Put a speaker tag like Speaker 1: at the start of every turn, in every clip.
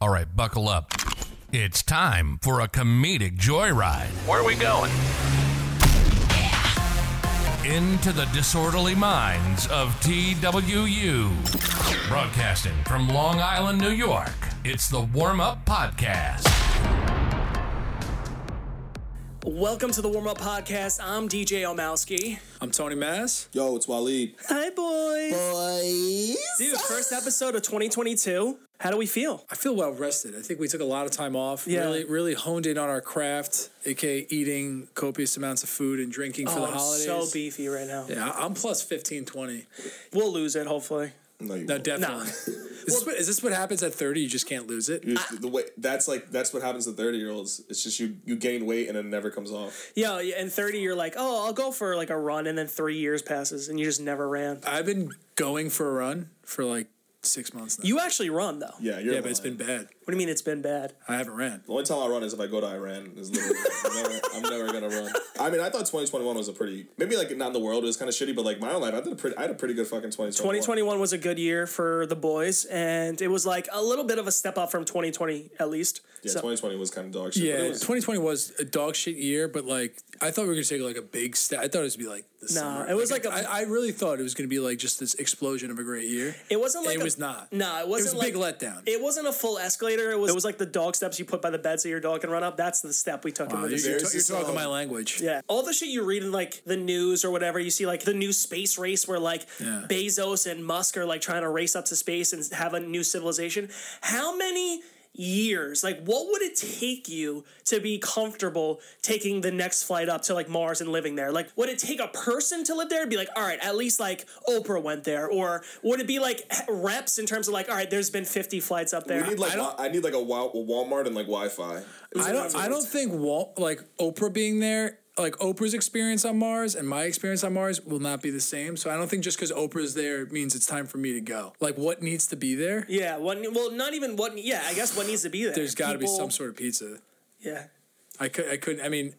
Speaker 1: All right, buckle up. It's time for a comedic joyride.
Speaker 2: Where are we going?
Speaker 1: into the disorderly minds of TWU. Broadcasting from Long Island, New York, it's the Warm Up Podcast.
Speaker 3: Welcome to the Warm Up Podcast. I'm DJ Omowski.
Speaker 4: I'm Tony Mass.
Speaker 5: Yo, it's Waleed.
Speaker 3: Hi, boys.
Speaker 5: Boys.
Speaker 3: Dude, first episode of 2022. How do we feel?
Speaker 4: I feel well rested. I think we took a lot of time off.
Speaker 3: Yeah.
Speaker 4: Really, really honed in on our craft, aka eating copious amounts of food and drinking for
Speaker 3: oh,
Speaker 4: the
Speaker 3: I'm
Speaker 4: holidays.
Speaker 3: so beefy right now.
Speaker 4: yeah, I- I'm plus 15, 20.
Speaker 3: We'll lose it, hopefully.
Speaker 5: No, you
Speaker 4: No,
Speaker 5: won't.
Speaker 4: definitely. Is, this what, is this what happens at 30? You just can't lose it?
Speaker 5: You just- the way that's like that's what happens to thirty year olds. It's just you you gain weight and it never comes off.
Speaker 3: Yeah, in 30, you're like, oh, I'll go for like a run, and then three years passes, and you just never ran.
Speaker 4: I've been going for a run for like six months now.
Speaker 3: You actually run, though.
Speaker 5: Yeah, you're
Speaker 4: yeah, but it's
Speaker 5: lying.
Speaker 4: been bad.
Speaker 3: What do you mean it's been bad?
Speaker 4: I haven't ran.
Speaker 5: the only time I run is if I go to Iran. Is literally I'm, never, I'm never gonna run. I mean, I thought 2021 was a pretty maybe like not in the world it was kind of shitty, but like my own life, I did a pretty I had a pretty good fucking 2021.
Speaker 3: 2021 was a good year for the boys, and it was like a little bit of a step up from 2020, at least.
Speaker 5: Yeah,
Speaker 3: So-
Speaker 5: 2020 was kind of dog shit. but
Speaker 4: Yeah,
Speaker 5: it was-
Speaker 4: 2020 was a dog shit year, but like I thought we were gonna take like a big step. I thought it was gonna be like the
Speaker 3: Nah,
Speaker 4: summer.
Speaker 3: it was like
Speaker 4: I
Speaker 3: a-
Speaker 4: I really thought it was gonna be like just this explosion of a great year.
Speaker 3: It wasn't like
Speaker 4: It
Speaker 3: a-
Speaker 4: was not.
Speaker 3: No, it wasn't
Speaker 4: It was a big
Speaker 3: like-
Speaker 4: letdown.
Speaker 3: It wasn't a full escalator. It was it was like the dog steps you put by the bed so your dog can run up. That's the step we took.
Speaker 4: Wow,
Speaker 3: in
Speaker 4: you're,
Speaker 3: the
Speaker 4: you're ta-
Speaker 5: There's
Speaker 4: you're
Speaker 5: this,
Speaker 4: talking
Speaker 5: um,
Speaker 4: my language.
Speaker 3: yeah, all the shit you read in like the news or whatever, you see like the new space race where like
Speaker 4: Yeah.
Speaker 3: Bezos and Musk are like trying to race up to space and have a new civilization. How many years? Like, what would it take you to be comfortable taking the next flight up to like Mars and living there? Like, would it take a person to live there? It'd be like, all right, at least like Oprah went there, or would it be like reps in terms of like, all right, there's been 50 flights up there.
Speaker 5: I need like I, I need like a, Wa- a Walmart and like Wi-Fi.
Speaker 4: I don't. I don't think Walt, like Oprah being there, like Oprah's experience on Mars and my experience on Mars will not be the same. So I don't think just because Oprah's there means it's time for me to go. Like, what needs to be there?
Speaker 3: Yeah, one. Well, not even what. Yeah, I guess what needs to be there.
Speaker 4: There's got to be
Speaker 3: People-
Speaker 4: some sort of pizza.
Speaker 3: Yeah.
Speaker 4: I could. I couldn't. I mean.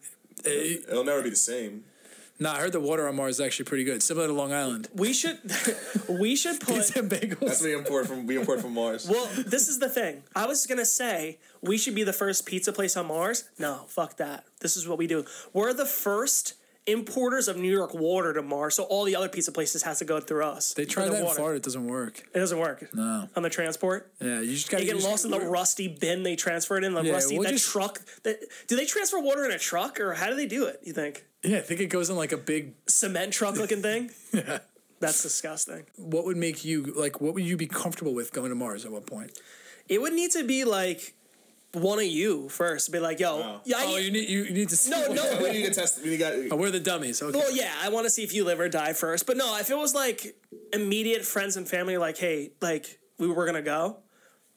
Speaker 4: eh,
Speaker 5: It'll never be the same.
Speaker 4: no, I heard the water on Mars is actually pretty good, similar to Long Island.
Speaker 3: We should. we should put.
Speaker 4: Pizza and
Speaker 5: That's
Speaker 4: bagels.
Speaker 5: what we import from we import from Mars.
Speaker 3: Well, this is the thing. I was gonna say we should be the first pizza place on Mars. No, fuck that. This is what we do. We're the first importers of New York water to Mars, so all the other pizza places has to go through us.
Speaker 4: They
Speaker 3: for
Speaker 4: tried
Speaker 3: the
Speaker 4: that in
Speaker 3: water.
Speaker 4: Florida. It doesn't work.
Speaker 3: It doesn't work. No. On the transport.
Speaker 4: Yeah, you just got to
Speaker 3: They get lost in the rusty bin they transfer it in, the
Speaker 4: Yeah,
Speaker 3: rusty
Speaker 4: we'll
Speaker 3: that
Speaker 4: just-
Speaker 3: truck that do they transfer water in a truck or how do they do it, you think?
Speaker 4: Yeah, I think it goes in like a big.
Speaker 3: Cement truck looking thing? yeah. That's disgusting.
Speaker 4: What would make you like? What would you be comfortable with going to Mars at what point?
Speaker 3: It would need to be like one of you first. Be like, yo, yeah, I
Speaker 4: Oh,
Speaker 3: need-
Speaker 4: you need you you need to see.
Speaker 3: no, no.
Speaker 5: we need to test. We got.
Speaker 4: Oh, we're the dummies. Okay.
Speaker 3: Well, yeah, I want to see if you live or die first. But no, if it was like immediate friends and family, like, hey, like we were gonna go,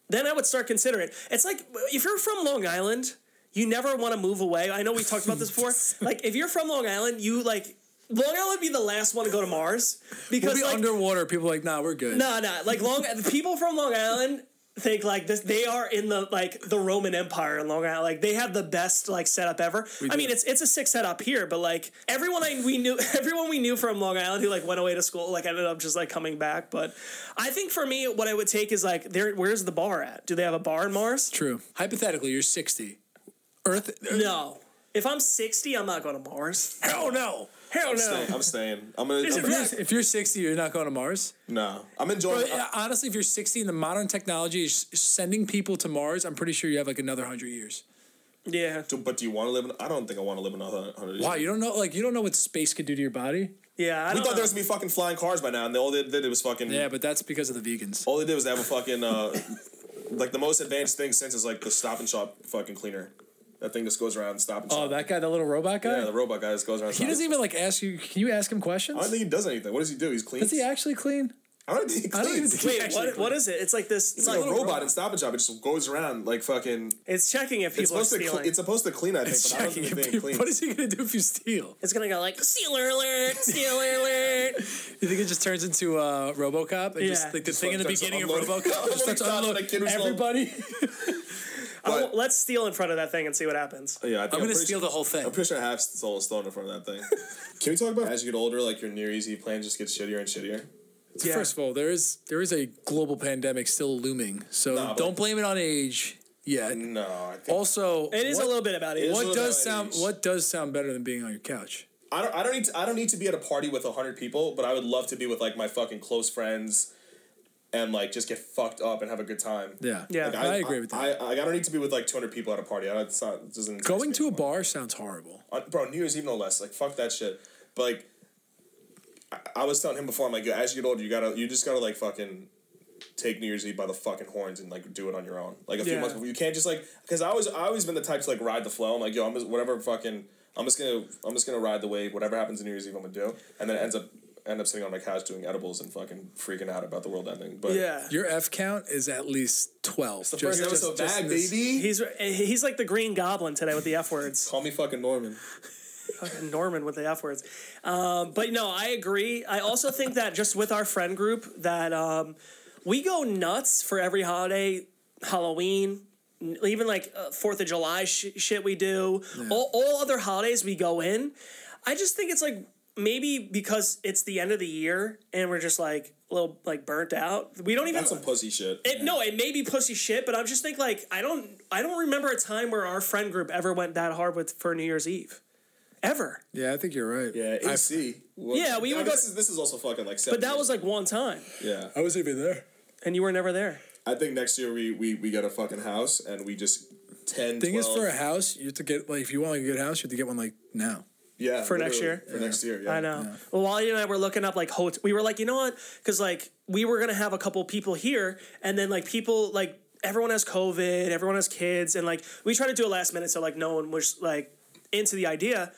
Speaker 3: then I would start considering. it. It's like if you're from Long Island, you never want to move away. I know we talked about this before. like if you're from Long Island, you like Long Island would be the last one to go to Mars
Speaker 4: We'll
Speaker 3: because
Speaker 4: be
Speaker 3: like,
Speaker 4: underwater. People are like, nah, we're good.
Speaker 3: No, no. Like Long the people from Long Island think like this they are in the like the Roman Empire in Long Island. Like they have the best like setup ever. I
Speaker 4: do.
Speaker 3: mean it's it's a sick setup here, but like everyone I we knew everyone we knew from Long Island who like went away to school like ended up just like coming back. But I think for me what I would take is like there where's the bar at? Do they have a bar in Mars?
Speaker 4: True. Hypothetically, you're 60. Earth. uh,
Speaker 3: No. If I'm 60, I'm not going to Mars.
Speaker 4: Hell no. Hell
Speaker 5: I'm staying. I'm staying. I'm gonna. I'm,
Speaker 4: If you're, if you're 60, you're not going to Mars.
Speaker 5: no, I'm enjoying.
Speaker 4: But yeah, honestly, if you're 60 and the modern technology is sending people to Mars, I'm pretty sure you have like another 100 years.
Speaker 3: Yeah.
Speaker 5: Do- But do you want to live in? I don't think I want to live in another hundred years.
Speaker 4: Wow, you don't know like you don't know what space could do to your body.
Speaker 3: Yeah. I
Speaker 5: We
Speaker 3: don't
Speaker 5: thought
Speaker 3: know.
Speaker 5: there was gonna be fucking flying cars by now, and all they did was fucking.
Speaker 4: Yeah, but that's because of the vegans.
Speaker 5: All they did was they have a fucking uh, like the most advanced thing since is like the Stop and Shop fucking cleaner. That thing just goes around and Stop and Shop.
Speaker 4: Oh, that guy, the little robot guy.
Speaker 5: yeah, the robot guy just goes around.
Speaker 4: he doesn't even like ask you. Can you ask him questions?
Speaker 5: I don't think he does anything. What does he do? He's clean.
Speaker 4: Is he actually clean?
Speaker 5: I don't think he
Speaker 4: I don't even
Speaker 5: cleans.
Speaker 4: think-
Speaker 3: Wait,
Speaker 4: actually
Speaker 3: what, what is it? It's like this. It's,
Speaker 5: It's like a
Speaker 3: like-
Speaker 5: robot, in Stop and Shop. It just goes around like fucking.
Speaker 3: It's checking if people
Speaker 5: It's supposed
Speaker 3: are
Speaker 5: to.
Speaker 3: stealing.
Speaker 5: Cle- it's supposed to clean. I think, but I don't
Speaker 4: Checking
Speaker 5: think
Speaker 4: if
Speaker 5: they
Speaker 4: you-
Speaker 5: clean.
Speaker 4: What is he gonna do if you steal?
Speaker 3: It's gonna go like stealer alert, stealer alert.
Speaker 4: You think it just turns into uh, RoboCop and
Speaker 3: Yeah.
Speaker 4: just like the thing in the
Speaker 5: starts
Speaker 4: beginning of
Speaker 5: unloading-
Speaker 4: RoboCop just starts
Speaker 5: unloading
Speaker 4: unloading
Speaker 5: kid was
Speaker 4: everybody?
Speaker 3: I
Speaker 5: But-
Speaker 3: will- let's steal in front of that thing and see what happens.
Speaker 5: yeah, I think
Speaker 4: I'm gonna
Speaker 5: pretty
Speaker 4: steal
Speaker 5: sure-
Speaker 4: the whole thing.
Speaker 5: I'm pretty sure I have stolen stone in front of that thing. Can we talk about as you get older, like your New Year's Eve plan just gets shittier and shittier?
Speaker 3: Yeah.
Speaker 4: First of all, there is there is a global pandemic still looming, so
Speaker 5: Nah, but-
Speaker 4: don't blame it on age. yet.
Speaker 5: No, I think
Speaker 4: Also,
Speaker 3: It is
Speaker 4: what,
Speaker 3: a little bit about it.
Speaker 5: It is
Speaker 3: What-
Speaker 5: a
Speaker 4: What
Speaker 5: little
Speaker 4: does
Speaker 5: bit about
Speaker 4: sound
Speaker 5: age.
Speaker 4: What does sound better than being on your couch?
Speaker 5: I don't. I don't need. To, I don't need to be at a party with hundred people, but I would love to be with like my fucking close friends, and like just get fucked up and have a good time.
Speaker 4: Yeah,
Speaker 3: Yeah.
Speaker 5: Like,
Speaker 4: I, agree with that.
Speaker 5: I, I, I don't need to be with like two hundred people at a party. I don't, it's not, it doesn't entice
Speaker 4: Going
Speaker 5: me
Speaker 4: to a
Speaker 5: anymore.
Speaker 4: bar sounds horrible.
Speaker 5: on, Uh, bro, New Year's Eve no less. Like fuck that shit. But like, I, I was telling him before, I'm like, as you get older, you gotta, you just gotta like fucking take New Year's Eve by the fucking horns and like do it on your own. Like a few
Speaker 3: Yeah.
Speaker 5: months before, you can't just like, because I always, I always been the type to like ride the flow. I'm like, yo, I'm just whatever fucking, I'm just gonna, I'm just gonna ride the wave. Whatever happens in New Year's Eve, I'm gonna do. And then it ends up, end up sitting on my couch doing edibles and fucking freaking out about the world ending. But
Speaker 3: yeah.
Speaker 4: Your F count is at least twelve.
Speaker 5: the first episode back,
Speaker 4: this-
Speaker 5: baby.
Speaker 3: He's eh, he's like the Green Goblin today with the F words.
Speaker 5: Call me fucking Norman.
Speaker 3: Fucking Norman with the F words. Um, but no, I agree. I also think that just with our friend group that um, we go nuts for every holiday, Halloween, n- even like uh, Fourth of July sh- shit we do. All, all other holidays we go in. I just think it's like maybe because it's the end of the year and we're just like a little like burnt out. We don't even
Speaker 5: That's some pussy shit.
Speaker 3: It, No, it may be pussy shit, but I'm just think like I don't I don't remember a time where our friend group ever went that hard with for New Year's Eve, ever.
Speaker 4: Yeah, I think you're right.
Speaker 5: Yeah,
Speaker 4: I,
Speaker 5: AC. Well,
Speaker 3: Yeah, we would
Speaker 5: I mean,
Speaker 3: go-
Speaker 5: This is, this is also fucking like.
Speaker 3: But that was like one time,
Speaker 5: Yeah.
Speaker 4: I was even there.
Speaker 3: and you were never there.
Speaker 5: I think next year we we we get a fucking house and we just ten.
Speaker 4: Thing
Speaker 5: 12,
Speaker 4: is, for a house, you have to get like if you want like, a good house, you have to get one like now.
Speaker 5: yeah
Speaker 3: for next
Speaker 5: literally,
Speaker 3: year?
Speaker 5: for next year yeah
Speaker 3: I know. Well, Wally and I were looking up like hotels. We were like, you know what? Because like we were gonna have a couple people here, and then like people like everyone has COVID, everyone has kids, and like we tried to do a last minute, so like no one was like into the idea,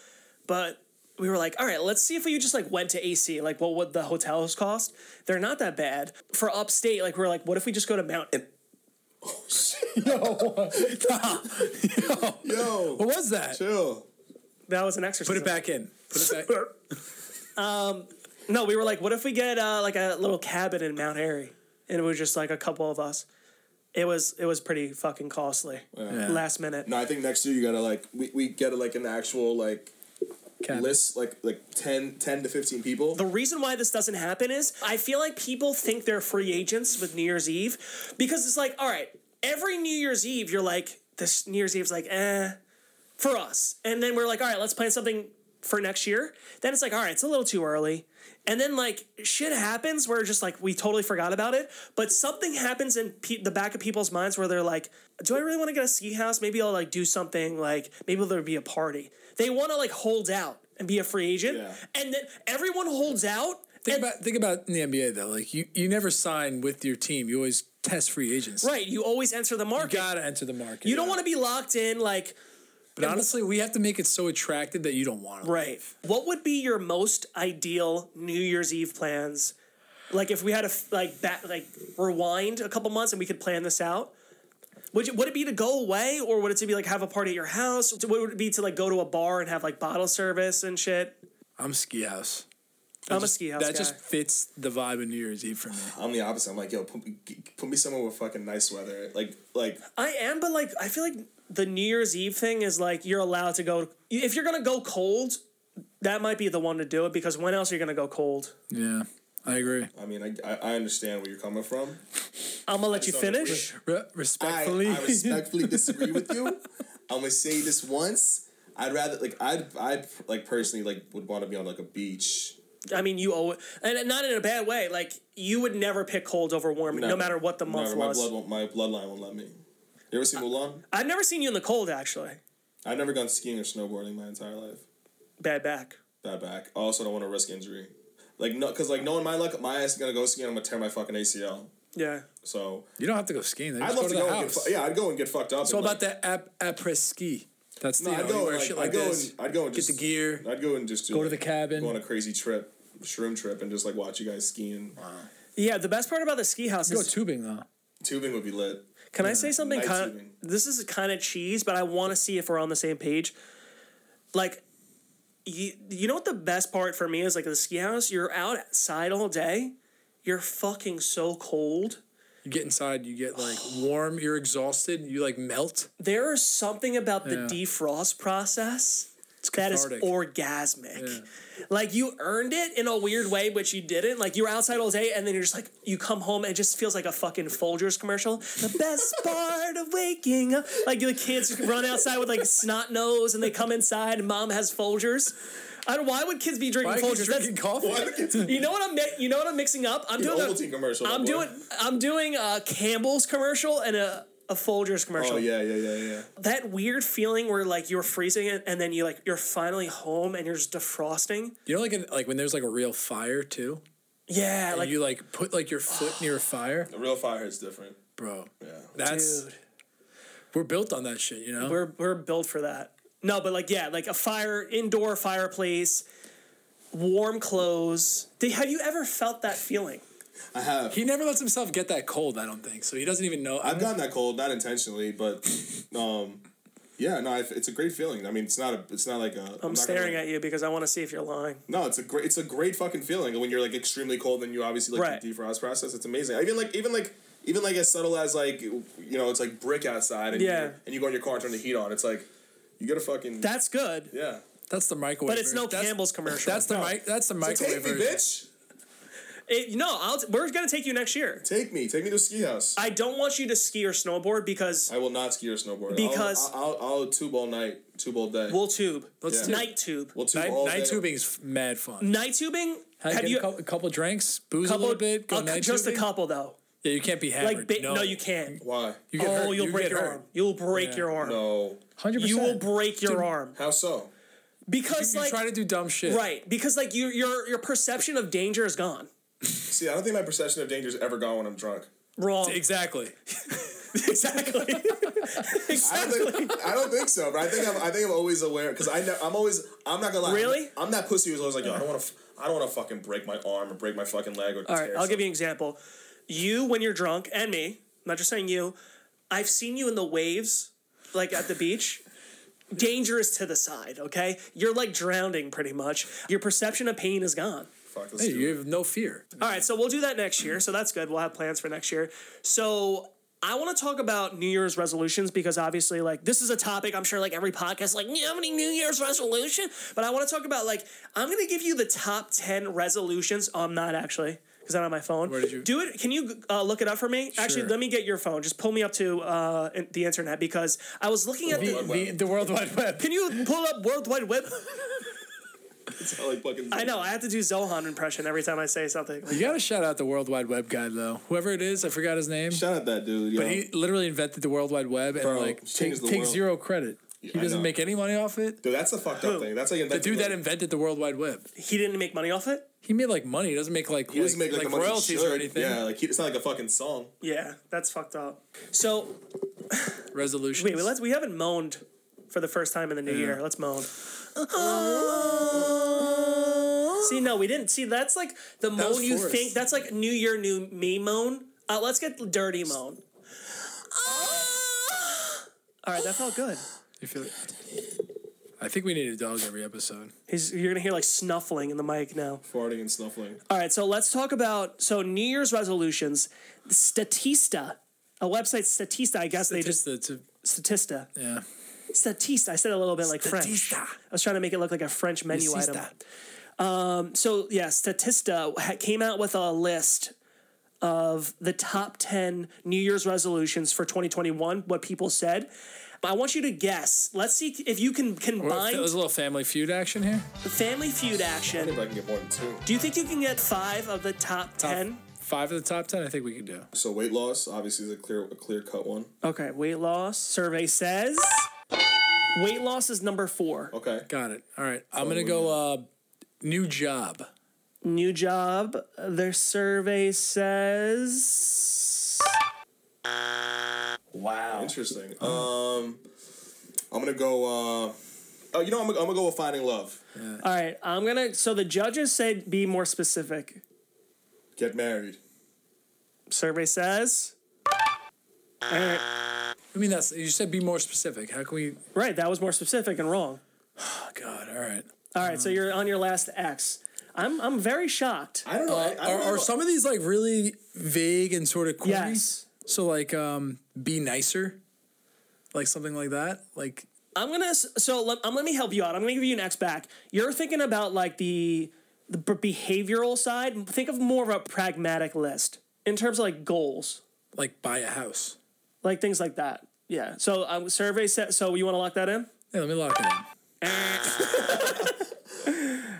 Speaker 3: but. We were like, all right, let's see if we just like went to AC, like what would the hotels cost? They're not that bad for upstate. Like we we're like, what if we just go to Mount?
Speaker 5: Yo,
Speaker 4: What was that?
Speaker 5: chill.
Speaker 3: That was an exercise.
Speaker 4: Put it back in. Put it back.
Speaker 3: No, we were like, what if we get uh, like a little cabin in Mount Airy, and it was just like a couple of us. It was it was pretty fucking costly. Last minute.
Speaker 5: No, I think next year you gotta like we, we get like an actual like
Speaker 4: Cabin.
Speaker 5: list like like 10, 10 to fifteen people.
Speaker 3: The reason why this doesn't happen is I feel like people think they're free agents with New Year's Eve because it's like, all right, every New Year's Eve, you're like, this New Year's Eve's like, eh, for us. And then we're like, all right, let's plan something for next year. Then it's like, all right, it's a little too early. And then like shit happens where just like we totally forgot about it, but something happens in pe- the back of people's minds where they're like, "Do I really want to get a ski house? Maybe I'll like do something like maybe there'll be a party." They want to like hold out and be a free agent,
Speaker 5: Yeah.
Speaker 3: and then everyone holds out.
Speaker 4: Think
Speaker 3: and-
Speaker 4: about think about in the NBA though. Like you, you never sign with your team. You always test free agents.
Speaker 3: right, you always enter the market.
Speaker 4: You gotta enter the market.
Speaker 3: You don't want to be locked in like
Speaker 4: But honestly, we have to make it so attractive that you don't want to.
Speaker 3: Right. What would be your most ideal New Year's Eve plans? Like if we had to f- like back like rewind a couple months and we could plan this out. Would, you, would it be to go away or would it to be like have a party at your house? Would would it be to like go to a bar and have like bottle service and shit?
Speaker 4: I'm ski house.
Speaker 3: I'm a ski house
Speaker 4: that
Speaker 3: guy.
Speaker 4: just fits the vibe of New Year's Eve for me.
Speaker 5: I'm the opposite. I'm like, yo, put me, g- put me somewhere with fucking nice weather. Like like
Speaker 3: I am, but like I feel like the New Year's Eve thing is like you're allowed to go if you're gonna go cold. That might be the one to do it because when else are you gonna go cold?
Speaker 4: Yeah, I agree.
Speaker 5: I mean I, I, I understand where you're coming from.
Speaker 3: I'm gonna let you
Speaker 5: don't know where-
Speaker 3: finish.
Speaker 4: Re-
Speaker 5: I,
Speaker 4: respectfully,
Speaker 5: I respectfully disagree with you. I'm gonna say this once. I'd rather like I'd I like personally like would want to be on like a beach.
Speaker 3: I mean, you owe and not in a bad way. Like you would never pick cold over warm, no,
Speaker 5: Never.
Speaker 3: matter what the month
Speaker 5: Never.
Speaker 3: was.
Speaker 5: My blood won't, my bloodline won't let me. You ever seen Mulan?
Speaker 3: I've never seen you in the cold. Actually,
Speaker 5: I've never gone skiing or snowboarding my entire life.
Speaker 3: bad back.
Speaker 5: Bad back. I also don't want to risk injury. Like no, cause like knowing my luck, my ass is gonna go skiing. I'm gonna tear my fucking ACL.
Speaker 3: Yeah,
Speaker 5: So
Speaker 4: you don't have to go skiing. Then
Speaker 5: I'd
Speaker 4: just go
Speaker 5: love to
Speaker 4: to the
Speaker 5: go. And get
Speaker 4: house.
Speaker 5: fu- yeah, I'd go and get fucked up.
Speaker 4: So
Speaker 5: and,
Speaker 4: about
Speaker 5: like,
Speaker 4: that ap- après ski. That's the
Speaker 5: No,
Speaker 4: you
Speaker 5: I'd
Speaker 4: know, you
Speaker 5: go
Speaker 4: wear
Speaker 5: like,
Speaker 4: shit like
Speaker 5: I'd go
Speaker 4: this.
Speaker 5: and I'd go and
Speaker 4: Get
Speaker 5: just
Speaker 4: the gear.
Speaker 5: I'd go and just do,
Speaker 4: Go to
Speaker 5: like,
Speaker 4: the cabin.
Speaker 5: Go on a crazy trip, shroom trip, and just like watch you guys skiing.
Speaker 3: yeah. The best part about the ski house
Speaker 4: Go
Speaker 3: is.
Speaker 4: tubing though.
Speaker 5: Tubing would be lit.
Speaker 3: can I say something?
Speaker 5: Night
Speaker 3: Kind
Speaker 5: shooting.
Speaker 3: this is kind of cheese, but I want to see if we're on the same page. Like, you you know what the best part for me is? Like the ski house, you're outside all day. You're fucking so cold.
Speaker 4: You get inside. You get like warm. You're exhausted. You like melt.
Speaker 3: There is something about the
Speaker 4: Yeah.
Speaker 3: defrost process that is
Speaker 4: cathartic.
Speaker 3: orgasmic. Like you earned it in a weird way, which you didn't. Like you were outside all day, and then you're just like you come home and it just feels like a fucking Folgers commercial. The best part of waking up, like the kids run outside with like snot nose, and they come inside, and mom has Folgers. I don't. Why would kids be drinking
Speaker 4: Why are you
Speaker 3: Folgers? That's-
Speaker 4: drinking coffee?
Speaker 3: you know what I'm mi- you know what I'm mixing up? I'm doing a,
Speaker 5: Ovaltine commercial,
Speaker 3: I'm
Speaker 5: that boy. Oh,
Speaker 3: doing I'm doing a Campbell's commercial and a a Folgers commercial.
Speaker 5: Oh yeah, yeah, yeah, yeah.
Speaker 3: That weird feeling where like you're freezing it and then you like you're finally home and you're just defrosting.
Speaker 4: You know, like in, like when there's like a real fire too,
Speaker 3: Yeah,
Speaker 4: and
Speaker 3: like
Speaker 4: you like put like your foot near a fire,
Speaker 5: The real fire is different.
Speaker 4: bro.
Speaker 5: Yeah.
Speaker 4: That's
Speaker 3: dude,
Speaker 4: we're built on that shit. You know,
Speaker 3: we're we're built for that. No, but like yeah, like a fire indoor fireplace, warm clothes. Did, have you ever felt that feeling?
Speaker 5: I have.
Speaker 4: he never lets himself get that cold. I don't think so. He doesn't even know.
Speaker 5: I've gotten that cold, not intentionally, but um, yeah, no, I, it's a great feeling. I mean, it's not a, it's not like a.
Speaker 3: I'm staring at you because I want to see if you're lying.
Speaker 5: No, it's a great, it's a great fucking feeling when you're like extremely cold and you obviously like
Speaker 3: Right.
Speaker 5: the defrost process. It's amazing. Even like, even like, even like as subtle as like, you know, it's like brick outside and
Speaker 3: Yeah.
Speaker 5: you and you go in your car and turn the heat on. It's like, you get a fucking
Speaker 3: That's good,
Speaker 5: yeah.
Speaker 4: That's the microwave.
Speaker 3: but it's no
Speaker 4: that's,
Speaker 3: Campbell's commercial.
Speaker 4: That's the mic. That's the
Speaker 5: Like,
Speaker 4: microwave
Speaker 5: take me,
Speaker 4: version.
Speaker 5: bitch.
Speaker 3: It, no, I'll, we're gonna take you next year.
Speaker 5: Take me, take me to a ski house. I,
Speaker 3: I don't want you to ski or snowboard because
Speaker 5: will not ski or snowboard
Speaker 3: Because-
Speaker 5: I'll, I'll, I'll, I'll tube all night, tube all day.
Speaker 3: we'll tube.
Speaker 4: Let's
Speaker 5: Yeah.
Speaker 4: do
Speaker 3: Night tube.
Speaker 5: We'll tube
Speaker 4: night,
Speaker 5: all
Speaker 4: night
Speaker 5: day.
Speaker 4: tubing is f- mad fun.
Speaker 3: Night tubing.
Speaker 4: Have,
Speaker 3: have
Speaker 4: you
Speaker 3: you
Speaker 4: a cou- a couple drinks, booze a
Speaker 3: couple-
Speaker 4: little bit, go
Speaker 3: a cou-
Speaker 4: night
Speaker 3: just a
Speaker 4: tubing?
Speaker 3: couple though?
Speaker 4: Yeah, you can't be hammered.
Speaker 3: Like ba-
Speaker 4: no.
Speaker 3: no. you can't.
Speaker 5: Why?
Speaker 4: You get
Speaker 3: Oh,
Speaker 4: hurt.
Speaker 3: you'll
Speaker 4: You
Speaker 3: break
Speaker 4: get
Speaker 3: your
Speaker 4: hurt.
Speaker 3: arm. You'll break
Speaker 4: Yeah.
Speaker 3: your arm.
Speaker 5: No.
Speaker 4: Hundred
Speaker 3: You
Speaker 4: percent.
Speaker 3: will break your
Speaker 4: Dude,
Speaker 3: arm
Speaker 5: How so?
Speaker 3: because
Speaker 4: You
Speaker 3: like
Speaker 4: try to do dumb shit.
Speaker 3: right because like your your your perception of danger is gone.
Speaker 5: See, I don't think my perception of danger's ever gone when I'm drunk.
Speaker 3: Wrong.
Speaker 4: Exactly.
Speaker 3: exactly.
Speaker 5: I don't, think, I don't think so, but I think I'm, I think I'm always aware because I know I'm always I'm not gonna lie.
Speaker 3: Really?
Speaker 5: I'm, that pussy who's always like, yo, I don't want to, I don't want to fucking break my arm or break my fucking leg or.
Speaker 3: All right, I'll give you an example. You, when you're drunk, and me, I'm not just saying you, I've seen you in the waves, like at the beach. Dangerous to the side, okay? You're like drowning pretty much. Your perception of pain is gone.
Speaker 5: Fuck, let's
Speaker 4: Hey,
Speaker 5: do
Speaker 4: you
Speaker 5: it.
Speaker 4: have no fear.
Speaker 3: All right, so we'll do that next year. So that's good. We'll have plans for next year. So I want to talk about New Year's resolutions because obviously, like, this is a topic I'm sure, like, every podcast, like, you have any New Year's resolution? But I want to talk about, like, I'm going to give you the top 10 resolutions. Oh, I'm not actually. Because I'm on my phone. Where
Speaker 4: did you-
Speaker 3: do it? Can you uh, look it up for me? Actually,
Speaker 4: Sure.
Speaker 3: let me get your phone. Just pull me up to uh, in- the internet because I was looking at
Speaker 4: The,
Speaker 3: the.
Speaker 4: the, the World Wide Web.
Speaker 3: Can you pull up World Wide Web?
Speaker 5: I like fucking.
Speaker 3: I know I have to do Zohan impression every time I say something.
Speaker 4: You gotta shout out the World Wide Web guy though. Whoever it is, I forgot his name.
Speaker 5: Shout out that dude.
Speaker 4: But he literally invented the World Wide Web and
Speaker 5: Bro,
Speaker 4: like
Speaker 5: changed
Speaker 4: take,
Speaker 5: the
Speaker 4: take
Speaker 5: world.
Speaker 4: zero credit. he
Speaker 5: I
Speaker 4: doesn't
Speaker 5: know.
Speaker 4: make any money off it.
Speaker 5: dude, that's a fucked up thing. That's like
Speaker 4: The dude that invented the World Wide Web.
Speaker 3: He didn't make money off it.
Speaker 4: He made like money. He doesn't make like,
Speaker 5: he doesn't
Speaker 4: like,
Speaker 5: make
Speaker 4: like
Speaker 5: like, the money he
Speaker 4: royalties
Speaker 5: should.
Speaker 4: or anything.
Speaker 5: Yeah, like he, it's not like a fucking song.
Speaker 3: Yeah, that's fucked up. So
Speaker 4: Resolutions.
Speaker 3: Wait, well, let's, we haven't moaned for the first time in the new year. Let's moan. see, no, we didn't. See, that's like the
Speaker 4: Uh-huh. was
Speaker 3: moan you
Speaker 4: forced.
Speaker 3: think. That's like New Year, New Me moan. Uh, let's get dirty moan.
Speaker 4: Uh-huh.
Speaker 3: All right, that felt good.
Speaker 4: You feel it? I think we need a dog every episode.
Speaker 3: He's, you're gonna hear like snuffling in the mic now.
Speaker 5: Farting and snuffling.
Speaker 3: All right, so let's talk about so New Year's resolutions. Statista, a website Statista. I guess they just
Speaker 4: Just the to,
Speaker 3: Statista.
Speaker 4: yeah.
Speaker 3: Statista. I said it a little bit like French.
Speaker 4: Statista.
Speaker 3: I was trying to make it look like a French menu
Speaker 4: Statista.
Speaker 3: item. So yeah, Statista ha- came out with a list of the top 10 New Year's resolutions for 2021, what people said. I want you to guess. Let's see if you can
Speaker 4: Well,
Speaker 3: combine
Speaker 4: There's a little family feud action here.
Speaker 3: Family Feud
Speaker 5: I
Speaker 3: action.
Speaker 5: think I can get more than two.
Speaker 3: Do you think you can get five of the top 10?
Speaker 4: Five of the top ten, I think we could do.
Speaker 5: So weight loss obviously is a clear, a clear cut one.
Speaker 3: Okay, weight loss. Survey says weight loss is number four.
Speaker 5: Okay.
Speaker 4: Got it. All right. I'm gonna go uh new job.
Speaker 3: New job. Their survey says.
Speaker 4: Wow.
Speaker 5: Interesting. Um, I'm gonna go. Uh, oh, you know, I'm, gonna- I'm gonna go with finding love.
Speaker 3: All right, I'm gonna. So the judges said be more specific.
Speaker 5: Get married.
Speaker 3: Survey says. All right,
Speaker 4: I mean that's you said be more specific. How can we
Speaker 3: right, that was more specific and wrong.
Speaker 4: Oh god, all right.
Speaker 3: All right, so you're on your last X. I'm I'm very shocked.
Speaker 5: I don't know. I, I
Speaker 4: Are,
Speaker 5: don't
Speaker 4: are
Speaker 5: know.
Speaker 4: some of these like really vague and sort of corny?
Speaker 3: Yes.
Speaker 4: So like um be nicer? Like something like that? Like
Speaker 3: I'm gonna s- so let, um, let me help you out. I'm gonna give you an X back. You're thinking about like the the b- behavioral side. Think of more of a pragmatic list in terms of like goals,
Speaker 4: Like buy a house.
Speaker 3: like things like that. Yeah. So um, survey set. So you want to lock that in?
Speaker 4: Hey, let me lock it in.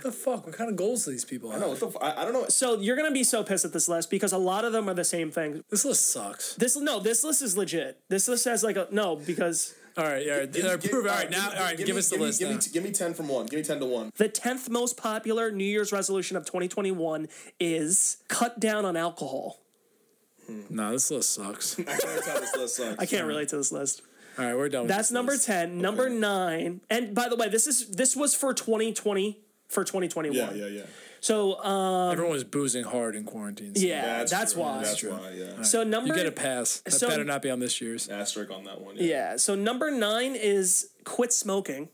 Speaker 4: What the fuck? What kind of goals do these people have?
Speaker 5: No, what the f- I, I don't know.
Speaker 3: So you're gonna be so pissed at this list because a lot of them are the same thing.
Speaker 4: This list sucks.
Speaker 3: This no, this list is legit. This list has like a no because
Speaker 4: All right, all right. all right, prove it. All right, now, all right, give, us the
Speaker 5: me,
Speaker 4: list
Speaker 5: Give
Speaker 4: now.
Speaker 5: me, give me ten from one. Give me ten to one.
Speaker 3: the tenth most popular New Year's resolution of 2021 is cut down on alcohol.
Speaker 4: no, this list sucks. all
Speaker 5: I can't tell this list sucks.
Speaker 3: I can't relate to this list.
Speaker 4: right, we're done with
Speaker 3: That's
Speaker 4: this
Speaker 3: number
Speaker 4: list.
Speaker 3: ten. Number nine, and by the way, this is this was for 2020 for 2021.
Speaker 5: Yeah, yeah, yeah.
Speaker 3: So uh,
Speaker 4: Everyone was boozing hard in quarantine. so
Speaker 3: yeah, that's,
Speaker 5: true.
Speaker 3: why.
Speaker 5: That's why. Yeah.
Speaker 3: So number
Speaker 4: You get a pass. That
Speaker 3: So-
Speaker 4: better not be on this year's.
Speaker 5: Asterisk on that one.
Speaker 3: yeah. So number nine is quit smoking.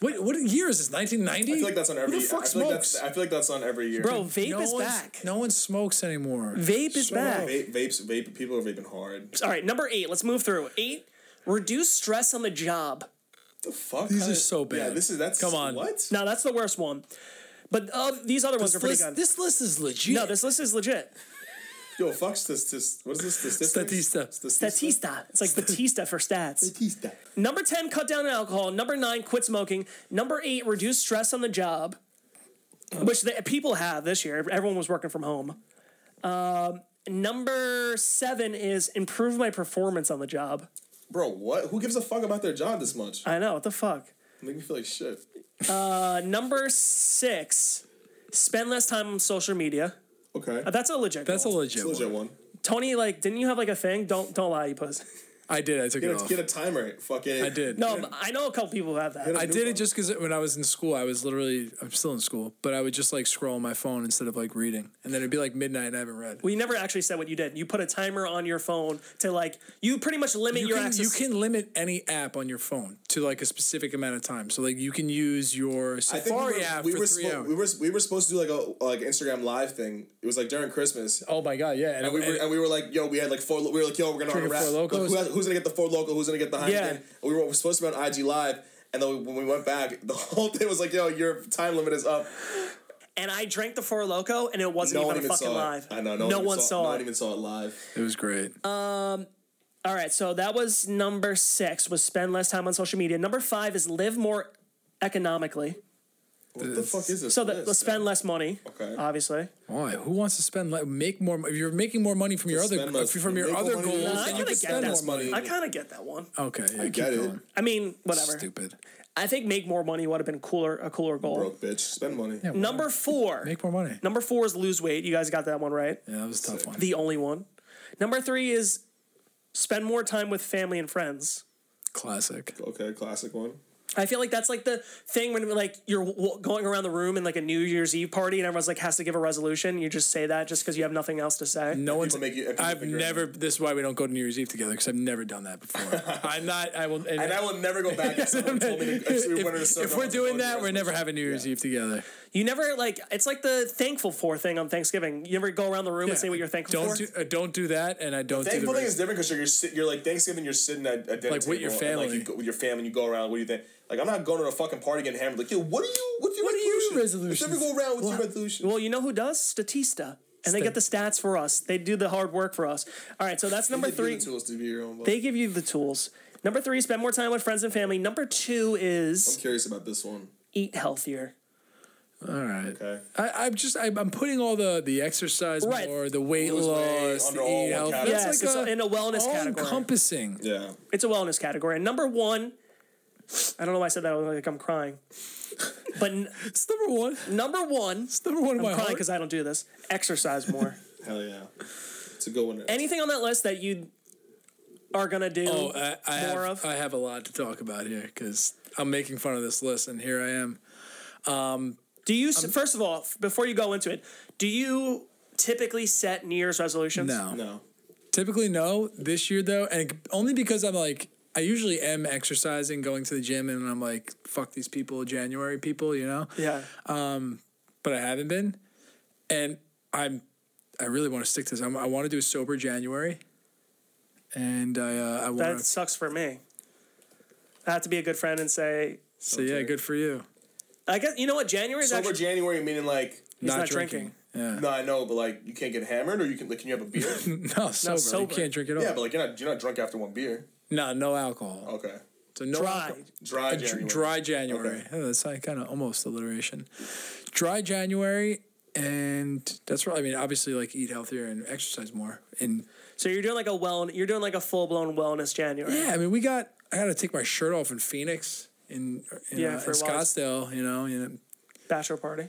Speaker 4: What, what year is this? 1990?
Speaker 5: I feel like that's on every.
Speaker 4: Who the fuck
Speaker 5: I feel like
Speaker 4: smokes?
Speaker 5: that's, I feel like that's on every year.
Speaker 3: Bro, vape
Speaker 4: no
Speaker 3: is
Speaker 4: one's-
Speaker 3: back.
Speaker 4: No one smokes anymore.
Speaker 3: Vape is back.
Speaker 5: Vape, vapes, vape. People are vaping hard. What
Speaker 3: All right, number eight. Let's move through eight. Reduce stress on the job.
Speaker 5: the fuck?
Speaker 4: These are so
Speaker 5: Yeah,
Speaker 4: bad.
Speaker 5: this is that's.
Speaker 4: Come on.
Speaker 5: What?
Speaker 3: Now that's the worst one, but uh, these other ones are
Speaker 4: This
Speaker 3: pretty
Speaker 4: list,
Speaker 3: good.
Speaker 4: this list is legit.
Speaker 3: no, this list is legit.
Speaker 5: Yo, fuck statistics. What is this? Statistics?
Speaker 4: Statista.
Speaker 5: Statista.
Speaker 3: Statista. It's like Batista for stats.
Speaker 5: Statista.
Speaker 3: Number 10, cut down on alcohol. Number 9, quit smoking. Number 8, reduce stress on the job, which the, people have this year. Everyone was working from home. Um, number 7 is improve my performance on the job.
Speaker 5: Bro, what? Who gives a fuck about their job this much?
Speaker 3: I know, what the fuck?
Speaker 5: Make me feel like shit.
Speaker 3: Uh, number 6, spend less time on social media.
Speaker 5: Okay.
Speaker 3: Uh, That's a legit
Speaker 4: That's a
Speaker 3: goal.
Speaker 4: legit,
Speaker 5: It's a legit
Speaker 4: one.
Speaker 5: one.
Speaker 3: Tony, like, didn't you have like a thing? Don't don't lie, you puss.
Speaker 4: I did. I took it
Speaker 5: Get a,
Speaker 4: off.
Speaker 5: get a timer. Fucking.
Speaker 4: I did.
Speaker 3: No, I know a couple people who have that.
Speaker 4: I did it just because when I was in school, I was literally, I'm still in school, but I would just like scroll on my phone instead of like reading. And then it'd be like midnight and I haven't read.
Speaker 3: We never actually said what you did. You put a timer on your phone to like you pretty much limit
Speaker 4: you
Speaker 3: your
Speaker 4: can,
Speaker 3: access.
Speaker 4: you can limit any app on your phone to like a specific amount of time. So like you can use your
Speaker 5: I think we
Speaker 4: Safari
Speaker 5: were,
Speaker 4: app
Speaker 5: we,
Speaker 4: for
Speaker 5: were
Speaker 4: three
Speaker 5: spo-
Speaker 4: hours.
Speaker 5: we were we were supposed to do like a like Instagram live thing. It was like during Christmas,
Speaker 4: oh my god, yeah. And,
Speaker 5: and we were, and we were like, yo, we had like four. We were like, yo, we're gonna
Speaker 4: Drinking
Speaker 5: unwrap.
Speaker 4: Four
Speaker 5: Like, who
Speaker 4: Locos?
Speaker 5: has- who's gonna get the four local? Who's gonna get the Heineken?
Speaker 3: Yeah.
Speaker 5: And we were, we were supposed to be on IG live, and then when we went back, the whole thing was like, yo, your time limit is up.
Speaker 3: and I drank the Four Loco, and it wasn't even
Speaker 5: No one
Speaker 3: a
Speaker 5: even
Speaker 3: fucking
Speaker 5: saw
Speaker 3: live.
Speaker 5: it. I know. No,
Speaker 3: no
Speaker 5: one,
Speaker 3: one
Speaker 5: saw,
Speaker 3: saw,
Speaker 5: No one
Speaker 3: it.
Speaker 5: even saw it live.
Speaker 4: it was great.
Speaker 3: All right, so that was number six. Was spend less time on social media. Number five is live more economically.
Speaker 5: What the fuck is this?
Speaker 3: So that
Speaker 5: list,
Speaker 3: let's spend less money.
Speaker 5: Okay.
Speaker 3: Obviously,
Speaker 4: Why? Who wants to spend like make more? If you're making more money from your other
Speaker 5: spend less-
Speaker 4: from your
Speaker 5: make more
Speaker 4: other
Speaker 5: money
Speaker 4: goals,
Speaker 5: than
Speaker 4: then
Speaker 5: that.
Speaker 3: I
Speaker 4: you
Speaker 5: can
Speaker 3: kind
Speaker 4: can
Speaker 3: of
Speaker 4: spend
Speaker 3: get
Speaker 5: spend
Speaker 4: more
Speaker 5: less
Speaker 3: that.
Speaker 4: money.
Speaker 5: money.
Speaker 3: I kind of get that one.
Speaker 4: Okay, yeah, I
Speaker 5: get it.
Speaker 3: I mean, whatever.
Speaker 4: Stupid.
Speaker 3: I think make more money would have been cooler. A cooler goal.
Speaker 5: Broke bitch. Spend money.
Speaker 3: Number four.
Speaker 4: Make more money.
Speaker 3: number four is lose weight. You guys got that one right.
Speaker 4: Yeah, that was a tough one.
Speaker 3: The only one. Number three is spend more time with family and friends.
Speaker 4: Classic.
Speaker 5: Okay, classic one.
Speaker 3: I feel like that's like the thing when like you're w- going around the room in like a New Year's Eve party and everyone's like has to give a resolution. You just say that just because you have nothing else to say.
Speaker 4: No one's.
Speaker 5: make you- if people
Speaker 4: I've
Speaker 5: figure it
Speaker 4: never. This is why we don't go to New Year's Eve together because I've never done that before. I'm not. I will.
Speaker 5: And I will never go back if someone told me to, if, we went in a
Speaker 4: if,
Speaker 5: circle,
Speaker 4: if we're
Speaker 5: I'm
Speaker 4: doing
Speaker 5: going
Speaker 4: that,
Speaker 5: to
Speaker 4: we're
Speaker 5: Erasmus.
Speaker 4: never having New Year's Eve together.
Speaker 3: You never like it's like the thankful for thing on Thanksgiving. You never go around the room and say what you're thankful
Speaker 4: don't
Speaker 3: for.
Speaker 4: Do, uh, don't do that, and I don't do the
Speaker 5: Thankful thing is
Speaker 4: rest.
Speaker 5: different because you're, you're sit, you're like Thanksgiving you're sitting at a dinner
Speaker 4: Like, with your
Speaker 5: table and, like
Speaker 4: family.
Speaker 5: you go, with your family you go around what do you think like I'm not going to a fucking party getting hammered like yo what are you what's your
Speaker 4: What are your resolutions?
Speaker 5: resolution never go around with your resolution
Speaker 3: well, you know who does Statista, and they get the stats for us. They do the hard work for us. All right, so that's number
Speaker 5: Give you
Speaker 3: three.
Speaker 5: the tools to be your own boss.
Speaker 3: They give you the tools. Number three, spend more time with friends and family. Number two is
Speaker 5: I'm curious about this one
Speaker 3: eat healthier.
Speaker 4: All right.
Speaker 5: okay
Speaker 4: I, I'm just. I, I'm putting all the the exercise
Speaker 3: Right.
Speaker 4: more, the weight
Speaker 5: Lose weight
Speaker 4: loss,
Speaker 5: under
Speaker 4: the
Speaker 5: all
Speaker 4: eat
Speaker 5: one
Speaker 4: healthy.
Speaker 5: category.
Speaker 4: That's
Speaker 3: Yes, it's in a wellness category.
Speaker 4: encompassing.
Speaker 5: yeah
Speaker 3: It's a wellness category. And number one, I don't know why I said that. I was like, I'm crying. But n-
Speaker 4: It's number one.
Speaker 3: number one,
Speaker 4: It's number one in my
Speaker 3: I'm crying
Speaker 4: heart.
Speaker 3: because I don't do this. Exercise more.
Speaker 5: hell yeah it's a good one
Speaker 3: Anything on that list that you are gonna do
Speaker 4: Oh, I, I, have,
Speaker 3: more of?
Speaker 4: I have a lot to talk about here because I'm making fun of this list, and here I am.
Speaker 3: do you
Speaker 4: Um,
Speaker 3: s first of all, f- before you go into it, do you typically set New Year's resolutions?
Speaker 4: No.
Speaker 5: no
Speaker 4: Typically, no. This year, though, and only because I'm like, I usually am exercising, going to the gym, and I'm like, fuck these people, January people, you know?
Speaker 3: Yeah.
Speaker 4: But I haven't been. And I'm, I really want to stick to this. I'm, I want to do a sober January. And I, uh, I
Speaker 3: that
Speaker 4: want to.
Speaker 3: sucks for me. I have to be a good friend and say,
Speaker 4: So yeah, good for you.
Speaker 3: I guess you know what January is
Speaker 5: Sober
Speaker 3: actually.
Speaker 5: January meaning like.
Speaker 3: He's not drinking.
Speaker 5: No, I know, but like you can't get hammered, or you can like can you have a beer?
Speaker 4: No, sober.
Speaker 3: sober.
Speaker 4: You can't drink at all.
Speaker 5: yeah, but like you're not you're not drunk after one beer.
Speaker 4: no, no alcohol.
Speaker 5: Okay,
Speaker 4: So no
Speaker 3: Dry.
Speaker 4: alcohol.
Speaker 5: dry
Speaker 4: A dr-
Speaker 5: January.
Speaker 4: dry January. Oh, that's like kind of almost alliteration. Dry January, and that's right. I mean, obviously, like eat healthier and exercise more. And
Speaker 3: So you're doing like a well, you're doing like a full blown wellness January.
Speaker 4: yeah, I mean, we got. I got to take my shirt off in Phoenix, in in,
Speaker 3: Yeah,
Speaker 4: uh, in
Speaker 3: for a while.
Speaker 4: Scottsdale. You know, and
Speaker 3: Bachelor party.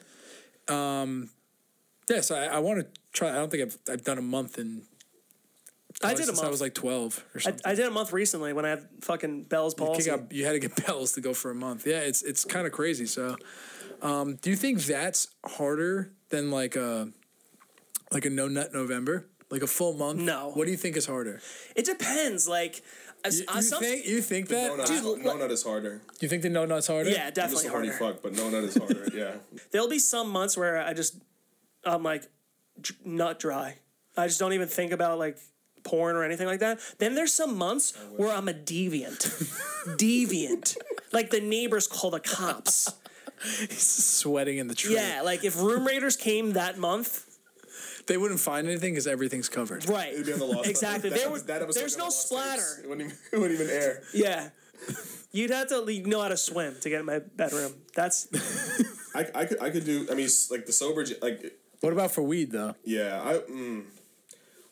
Speaker 4: yes, I, I want to try. I don't think I've I've done a month in.
Speaker 3: I did a
Speaker 4: since I
Speaker 3: month.
Speaker 4: was Oh, like twelve or
Speaker 3: I,
Speaker 4: something.
Speaker 3: I did a month recently when I had fucking Bell's
Speaker 4: You,
Speaker 3: palsy.
Speaker 4: got, you had to get bells to go for a month. Yeah, it's it's kind of crazy. So, um, do you think that's harder than like a like a no nut November, like a full month?
Speaker 3: No.
Speaker 4: What do you think is harder?
Speaker 3: It depends. Like, as,
Speaker 4: You,
Speaker 3: uh,
Speaker 4: you
Speaker 3: some-
Speaker 4: think you think
Speaker 5: No
Speaker 4: that?
Speaker 5: nut,
Speaker 4: do
Speaker 5: is- no nut is harder.
Speaker 4: you think the no nut's harder?
Speaker 3: yeah,
Speaker 5: I'm just
Speaker 3: definitely
Speaker 5: a horny
Speaker 3: harder.
Speaker 5: fuck, but no nut is harder. yeah,
Speaker 3: There'll be some months where I just, I'm like, dr- not dry. I just don't even think about like porn or anything like that. Then there's some months where I'm a deviant, deviant. Like the neighbors call the cops.
Speaker 4: Sweating in the tree.
Speaker 3: Yeah, like if room raiders came that month,
Speaker 4: They wouldn't find anything because everything's covered.
Speaker 3: right?
Speaker 5: It'd be on the lost.
Speaker 3: Exactly.
Speaker 5: That,
Speaker 3: There
Speaker 5: was-
Speaker 3: would-
Speaker 5: that episode
Speaker 3: there's
Speaker 5: would
Speaker 3: no
Speaker 5: be on the lost tapes.
Speaker 3: splatter.
Speaker 5: It wouldn't even, it wouldn't even air.
Speaker 3: Yeah. You'd have to le- know how to swim to get in my bedroom. That's
Speaker 5: I, I could I could do. I mean, s- like the sober, j- like
Speaker 4: What about for weed though?
Speaker 5: yeah. I mm,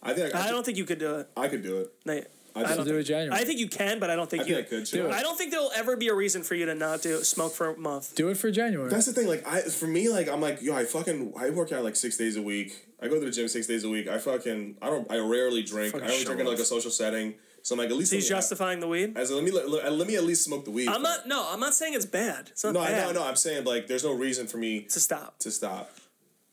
Speaker 5: I think I,
Speaker 3: I don't think you could do it.
Speaker 5: I could do it.
Speaker 3: No,
Speaker 5: I,
Speaker 4: I'll
Speaker 5: don't
Speaker 4: do it January.
Speaker 3: I think you can, but I don't think
Speaker 5: I
Speaker 3: you
Speaker 5: think I could too.
Speaker 3: I don't think there'll ever be a reason for you to not do smoke for a month.
Speaker 4: do it for January.
Speaker 5: That's the thing. Like I, for me, like I'm like yo, I fucking I work out like six days a week. I go to the gym six days a week. I fucking I don't. I rarely drink.
Speaker 4: Fucking
Speaker 5: I only
Speaker 4: show
Speaker 5: drink in like a
Speaker 4: off.
Speaker 5: social setting. So I'm like at least
Speaker 3: He's
Speaker 5: let me-
Speaker 3: justifying the weed.
Speaker 5: I, as let me let, let, let me at least smoke the weed.
Speaker 3: I'm not. No, I'm not saying it's bad. It's not
Speaker 5: No, I
Speaker 3: bad
Speaker 5: know, no. I'm saying like there's no reason for me
Speaker 3: to stop.
Speaker 5: to stop.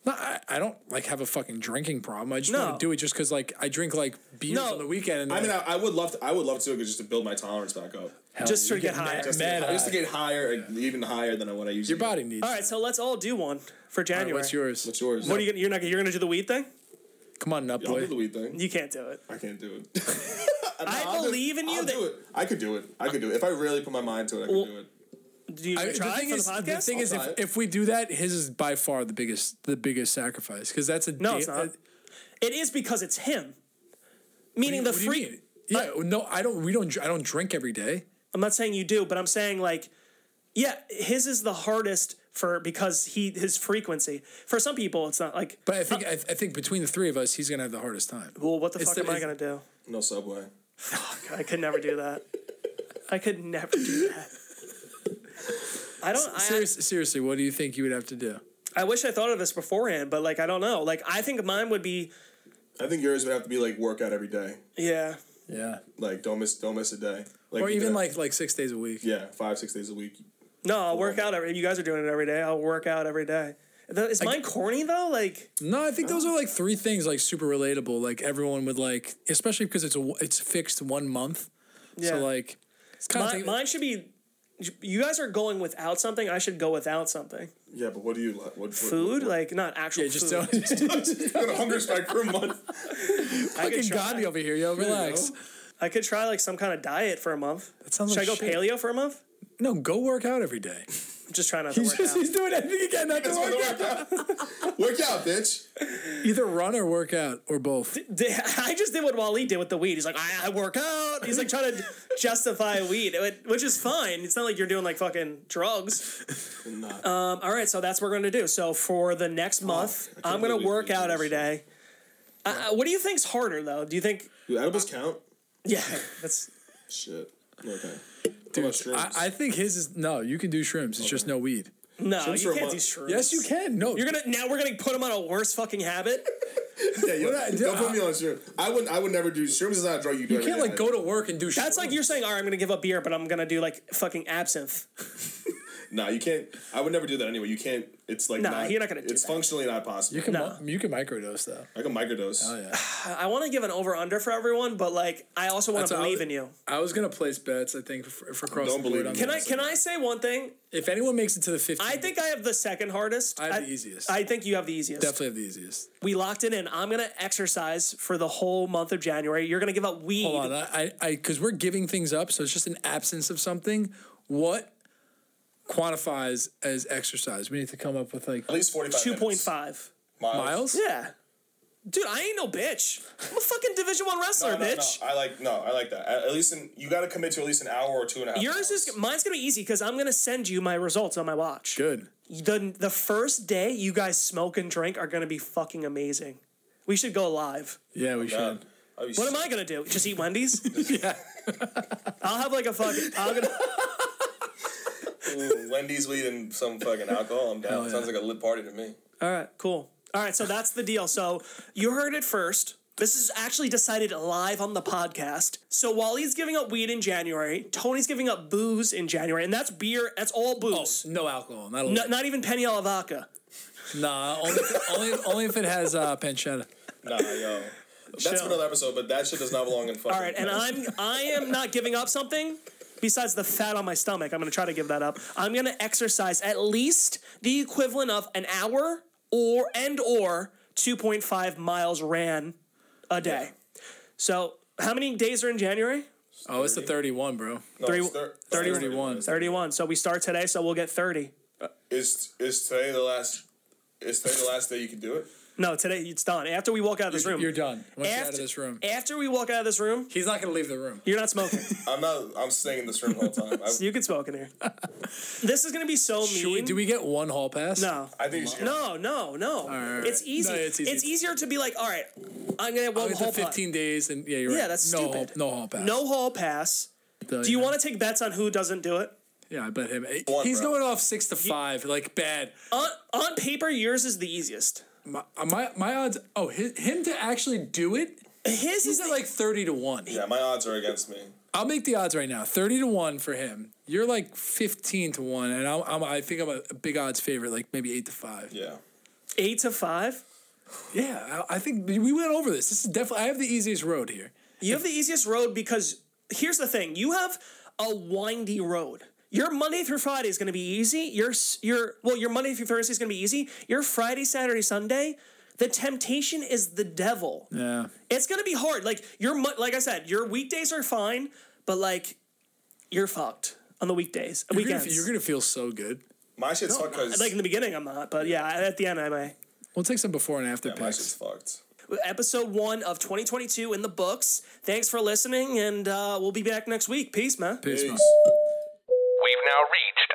Speaker 4: No, I, I don't like have a fucking drinking problem. I just
Speaker 3: No.
Speaker 4: want to do it just because like I drink like beers
Speaker 3: No.
Speaker 4: on the weekend. And
Speaker 5: I mean, I, I would love to. I would love to just to build my tolerance back up.
Speaker 3: Just to get higher.
Speaker 4: Mad,
Speaker 3: Just
Speaker 4: mad
Speaker 5: I used to
Speaker 4: high.
Speaker 5: get higher, like, even higher than what I usually.
Speaker 4: Your body needs.
Speaker 3: All right, so let's all do one for January.
Speaker 4: What's yours?
Speaker 5: What's yours?
Speaker 3: What are you? Gonna, you're not. You're gonna do the weed thing?
Speaker 4: Come on, nut
Speaker 5: I'll do
Speaker 4: boy.
Speaker 5: the weed thing.
Speaker 3: You can't do it.
Speaker 5: I can't do it.
Speaker 3: I
Speaker 5: I'll do-
Speaker 3: believe in you
Speaker 5: I'll
Speaker 3: that-
Speaker 5: do it. I could do it. I could do it if I really put my mind to it. I could
Speaker 3: Well-
Speaker 5: do it.
Speaker 3: Do you
Speaker 4: I-
Speaker 3: try for
Speaker 4: is,
Speaker 3: the podcast?
Speaker 4: the thing is,
Speaker 5: I'll try
Speaker 4: if,
Speaker 5: it.
Speaker 4: if we do that, his is by far the biggest, the biggest sacrifice because that's a
Speaker 3: no,
Speaker 4: da-
Speaker 3: it's not.
Speaker 4: uh,
Speaker 3: It is because it's him. Meaning the
Speaker 4: what do you
Speaker 3: free.
Speaker 4: mean? Yeah, no, I don't. We don't. dr- I don't drink every day.
Speaker 3: I'm not saying you do, but I'm saying like, yeah, his is the hardest for because he his frequency. For some people, it's not like.
Speaker 4: But I think I, I think between the three of us, he's gonna have the hardest time.
Speaker 3: Well, what the
Speaker 4: It's
Speaker 3: fuck
Speaker 4: the-
Speaker 3: am I
Speaker 4: it's-
Speaker 3: gonna do?
Speaker 5: No subway.
Speaker 3: I could never do that. I could never do that. I don't. I,
Speaker 4: Serious, seriously, what do you think you would have to do?
Speaker 3: I wish I thought of this beforehand, but like I don't know. Like I think mine would be
Speaker 5: I think yours would have to be like workout every day.
Speaker 3: yeah.
Speaker 4: Yeah,
Speaker 5: Like don't miss don't miss a day. Like
Speaker 4: or
Speaker 5: you
Speaker 4: even
Speaker 5: gotta-
Speaker 4: like like six days a week.
Speaker 5: yeah, five six days a week.
Speaker 3: No, I'll work out every. You guys are doing it every day. I'll work out every day. Th- Is mine corny though? Like
Speaker 4: No, I think those
Speaker 3: Oh.
Speaker 4: are like three things like super relatable. Like everyone would like, especially because it's a w- it's fixed one month.
Speaker 3: yeah.
Speaker 4: So like, it's kind of
Speaker 3: mine, mine should be. You guys are going without something. I should go without something.
Speaker 5: Yeah, but what do you like? What, what
Speaker 3: Food,
Speaker 5: What,
Speaker 3: like not actual
Speaker 4: yeah, just
Speaker 3: food.
Speaker 4: don't just don't
Speaker 5: what, a hunger strike for a month.
Speaker 3: I could
Speaker 4: fucking
Speaker 3: try.
Speaker 4: God me over here, yo. Relax.
Speaker 3: I could try like some kind of diet for a month.
Speaker 4: That sounds
Speaker 3: Should I
Speaker 4: like
Speaker 3: go
Speaker 4: shit.
Speaker 3: paleo for a month?
Speaker 4: No, go work out every day.
Speaker 3: I'm just trying not to work out.
Speaker 4: he's doing anything he can not to work out.
Speaker 5: Work out, bitch.
Speaker 4: Either run or work out or both.
Speaker 3: I just did what Wally did with the weed. He's like, I, I work out. He's like trying to justify weed, it- which is fine. It's not like you're doing like fucking drugs. Um, all right, so that's what we're gonna do. So for the next month,
Speaker 5: I can't
Speaker 3: I'm gonna
Speaker 5: believe we
Speaker 3: work
Speaker 5: did
Speaker 3: out
Speaker 5: this.
Speaker 3: every day. Uh, uh, what do you think's harder though? Do you think?
Speaker 5: Do edibles count?
Speaker 3: Yeah, that's
Speaker 5: Shit. Okay. Dude,
Speaker 4: I, I think his is no. You can do shrimps. It's just no weed.
Speaker 3: no.
Speaker 5: Shrooms for
Speaker 3: you
Speaker 5: a
Speaker 3: can't
Speaker 5: month.
Speaker 3: do shrooms.
Speaker 4: Yes, you can. No,
Speaker 3: You're gonna now we're gonna put him on a worse fucking habit.
Speaker 5: yeah, you're not,
Speaker 4: dude,
Speaker 5: don't put
Speaker 4: I-
Speaker 5: me on shrooms. I wouldn't. I would never do shrooms. Is not a drug you do.
Speaker 4: You can't like go to work and do.
Speaker 3: That's like you're saying, all right, I'm gonna give up beer, but I'm gonna do like fucking absinthe.
Speaker 5: nah, you can't. I would never do that anyway. You can't. It's like
Speaker 3: Nah,
Speaker 5: not,
Speaker 3: you're not gonna do
Speaker 5: It's
Speaker 3: that.
Speaker 5: functionally not possible.
Speaker 4: You can
Speaker 3: No.
Speaker 4: mi- you can microdose though.
Speaker 5: I can microdose.
Speaker 4: Oh yeah.
Speaker 3: I want to give an over under for everyone, but like I also want
Speaker 4: That's
Speaker 3: to
Speaker 4: how I
Speaker 3: believe
Speaker 4: was-
Speaker 3: in you.
Speaker 4: I was gonna place bets. I think for, for crossing
Speaker 5: Don't
Speaker 4: the board
Speaker 5: believe
Speaker 4: on
Speaker 5: in
Speaker 4: that.
Speaker 3: Can I can I say one thing?
Speaker 4: If anyone makes it to the 15,
Speaker 3: I think I have the second hardest.
Speaker 4: I have the easiest.
Speaker 3: I think you have the easiest.
Speaker 4: definitely have the easiest.
Speaker 3: We locked it in. I'm gonna exercise for the whole month of January. You're gonna give up weed.
Speaker 4: Hold on, I I because we're giving things up, so it's just an absence of something. What quantifies as exercise? We need to come up with like
Speaker 5: At least forty five.
Speaker 3: Two point five.
Speaker 5: miles.
Speaker 4: miles.
Speaker 3: Yeah. Dude, I ain't no bitch. I'm a fucking Division One
Speaker 5: No,
Speaker 3: wrestler,
Speaker 5: no, no.
Speaker 3: bitch.
Speaker 5: I like no. I like that. At at least in, you got to commit to at least an hour or two and a half.
Speaker 3: Yours is mine's gonna be easy because I'm gonna send you my results on my watch.
Speaker 4: Good.
Speaker 3: The the first day you guys smoke and drink are gonna be fucking amazing. We should go live.
Speaker 4: Yeah, we
Speaker 5: Uh,
Speaker 4: should.
Speaker 3: What am I gonna do? Just eat Wendy's? yeah. I'll have like a fucking. I'll gonna,
Speaker 5: Wendy's weed and some fucking alcohol. I'm down. Sounds like a lit party to me.
Speaker 3: all right, Uh, cool. All right, so that's the deal. So you heard it first. This is actually decided live on the podcast. So while he's giving up weed in January, Tony's giving up booze in January, and that's beer. That's all booze.
Speaker 4: No alcohol. Not a
Speaker 3: No- not even penny alla vodka.
Speaker 4: Nah, only, only only if it has uh, pancetta.
Speaker 5: Nah, yo. That's
Speaker 3: Chill.
Speaker 5: for another episode, but that shit does not belong in fucking.
Speaker 3: All right, and I'm I am not giving up something besides the fat on my stomach. I'm gonna try to give that up. I'm gonna exercise at least the equivalent of an hour or and or 2.5 miles ran a day. So how many days are in January?
Speaker 4: Oh, it's the 31, bro.
Speaker 5: no,
Speaker 3: three-
Speaker 5: it's thir-
Speaker 4: 31.
Speaker 3: 31. So we start today, so we'll get 30.
Speaker 5: Is is today the last? Is today the last day you can do it?
Speaker 3: No, today it's done. After we walk out of this room.
Speaker 4: You're done. Once you're out of
Speaker 3: After-
Speaker 4: this room,
Speaker 3: After we walk out of this room,
Speaker 4: he's not gonna leave the room.
Speaker 3: you're not smoking.
Speaker 5: I'm not. I'm staying in this room the whole time. I,
Speaker 3: you can smoke in here. This is gonna be so mean.
Speaker 4: Should we, do we get one hall pass?
Speaker 3: no.
Speaker 5: I think you should.
Speaker 3: No, no, no.
Speaker 4: right,
Speaker 3: It's
Speaker 4: right.
Speaker 3: easy.
Speaker 4: No,
Speaker 3: it's
Speaker 4: it's easy.
Speaker 3: easier to be like, all right, I'm gonna have
Speaker 4: I'll
Speaker 3: one
Speaker 4: get the
Speaker 3: hall
Speaker 4: 15 days and yeah, you're
Speaker 3: Yeah,
Speaker 4: right.
Speaker 3: that's
Speaker 4: no Hall,
Speaker 3: stupid.
Speaker 4: no hall pass.
Speaker 3: pass. No hall pass.
Speaker 4: Do
Speaker 3: Do you want to take bets on who doesn't do it?
Speaker 4: Yeah, I bet him. Hey,
Speaker 5: One,
Speaker 4: he's
Speaker 5: bro.
Speaker 4: going off six to five, like bad.
Speaker 3: On, on paper, yours is the easiest.
Speaker 4: My uh, my, my odds. Oh, his, him to actually do it.
Speaker 3: His
Speaker 4: He's
Speaker 3: is
Speaker 4: at
Speaker 3: like
Speaker 4: like thirty to one.
Speaker 5: Yeah, my odds are against me.
Speaker 4: I'll make the odds right now. Thirty to one for him. You're like fifteen to one, and I'm, I'm I think I'm a, a big odds favorite, like maybe eight to five. Yeah,
Speaker 5: Yeah.
Speaker 3: eight to five.
Speaker 4: I, I think we went over this. This is definitely. I have the easiest road here.
Speaker 3: You have the easiest road because here's the thing: you have a windy road. Your Monday through Friday is going to be easy. Your s- your well, your Monday through Thursday is going to be easy. Your Friday, Saturday, Sunday, the temptation is the devil.
Speaker 4: Yeah.
Speaker 3: It's gonna be hard. Like your mo- like I said, your weekdays are fine, but like you're fucked on the weekdays,
Speaker 4: You're gonna,
Speaker 3: weekends.
Speaker 4: fe- you're gonna feel so good.
Speaker 5: My shit's fucked 'cause-
Speaker 3: like in the beginning, I'm not, but yeah, at the end, I may.
Speaker 4: We'll take some before and after
Speaker 5: yeah, my shit's
Speaker 4: picks.
Speaker 5: fucked.
Speaker 3: Episode one of 2022 in the books. Thanks for listening, and uh, we'll be back next week. Peace, man.
Speaker 4: Peace, man.
Speaker 2: We've now reached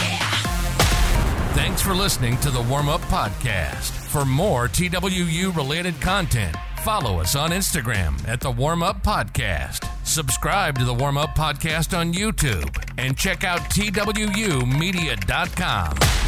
Speaker 2: our destination.
Speaker 1: Thanks for listening to the Warm Up Podcast. For more TWU related content, follow us on Instagram at the Warm Up Podcast. Subscribe to the Warm Up Podcast on YouTube and check out TWUmedia.com.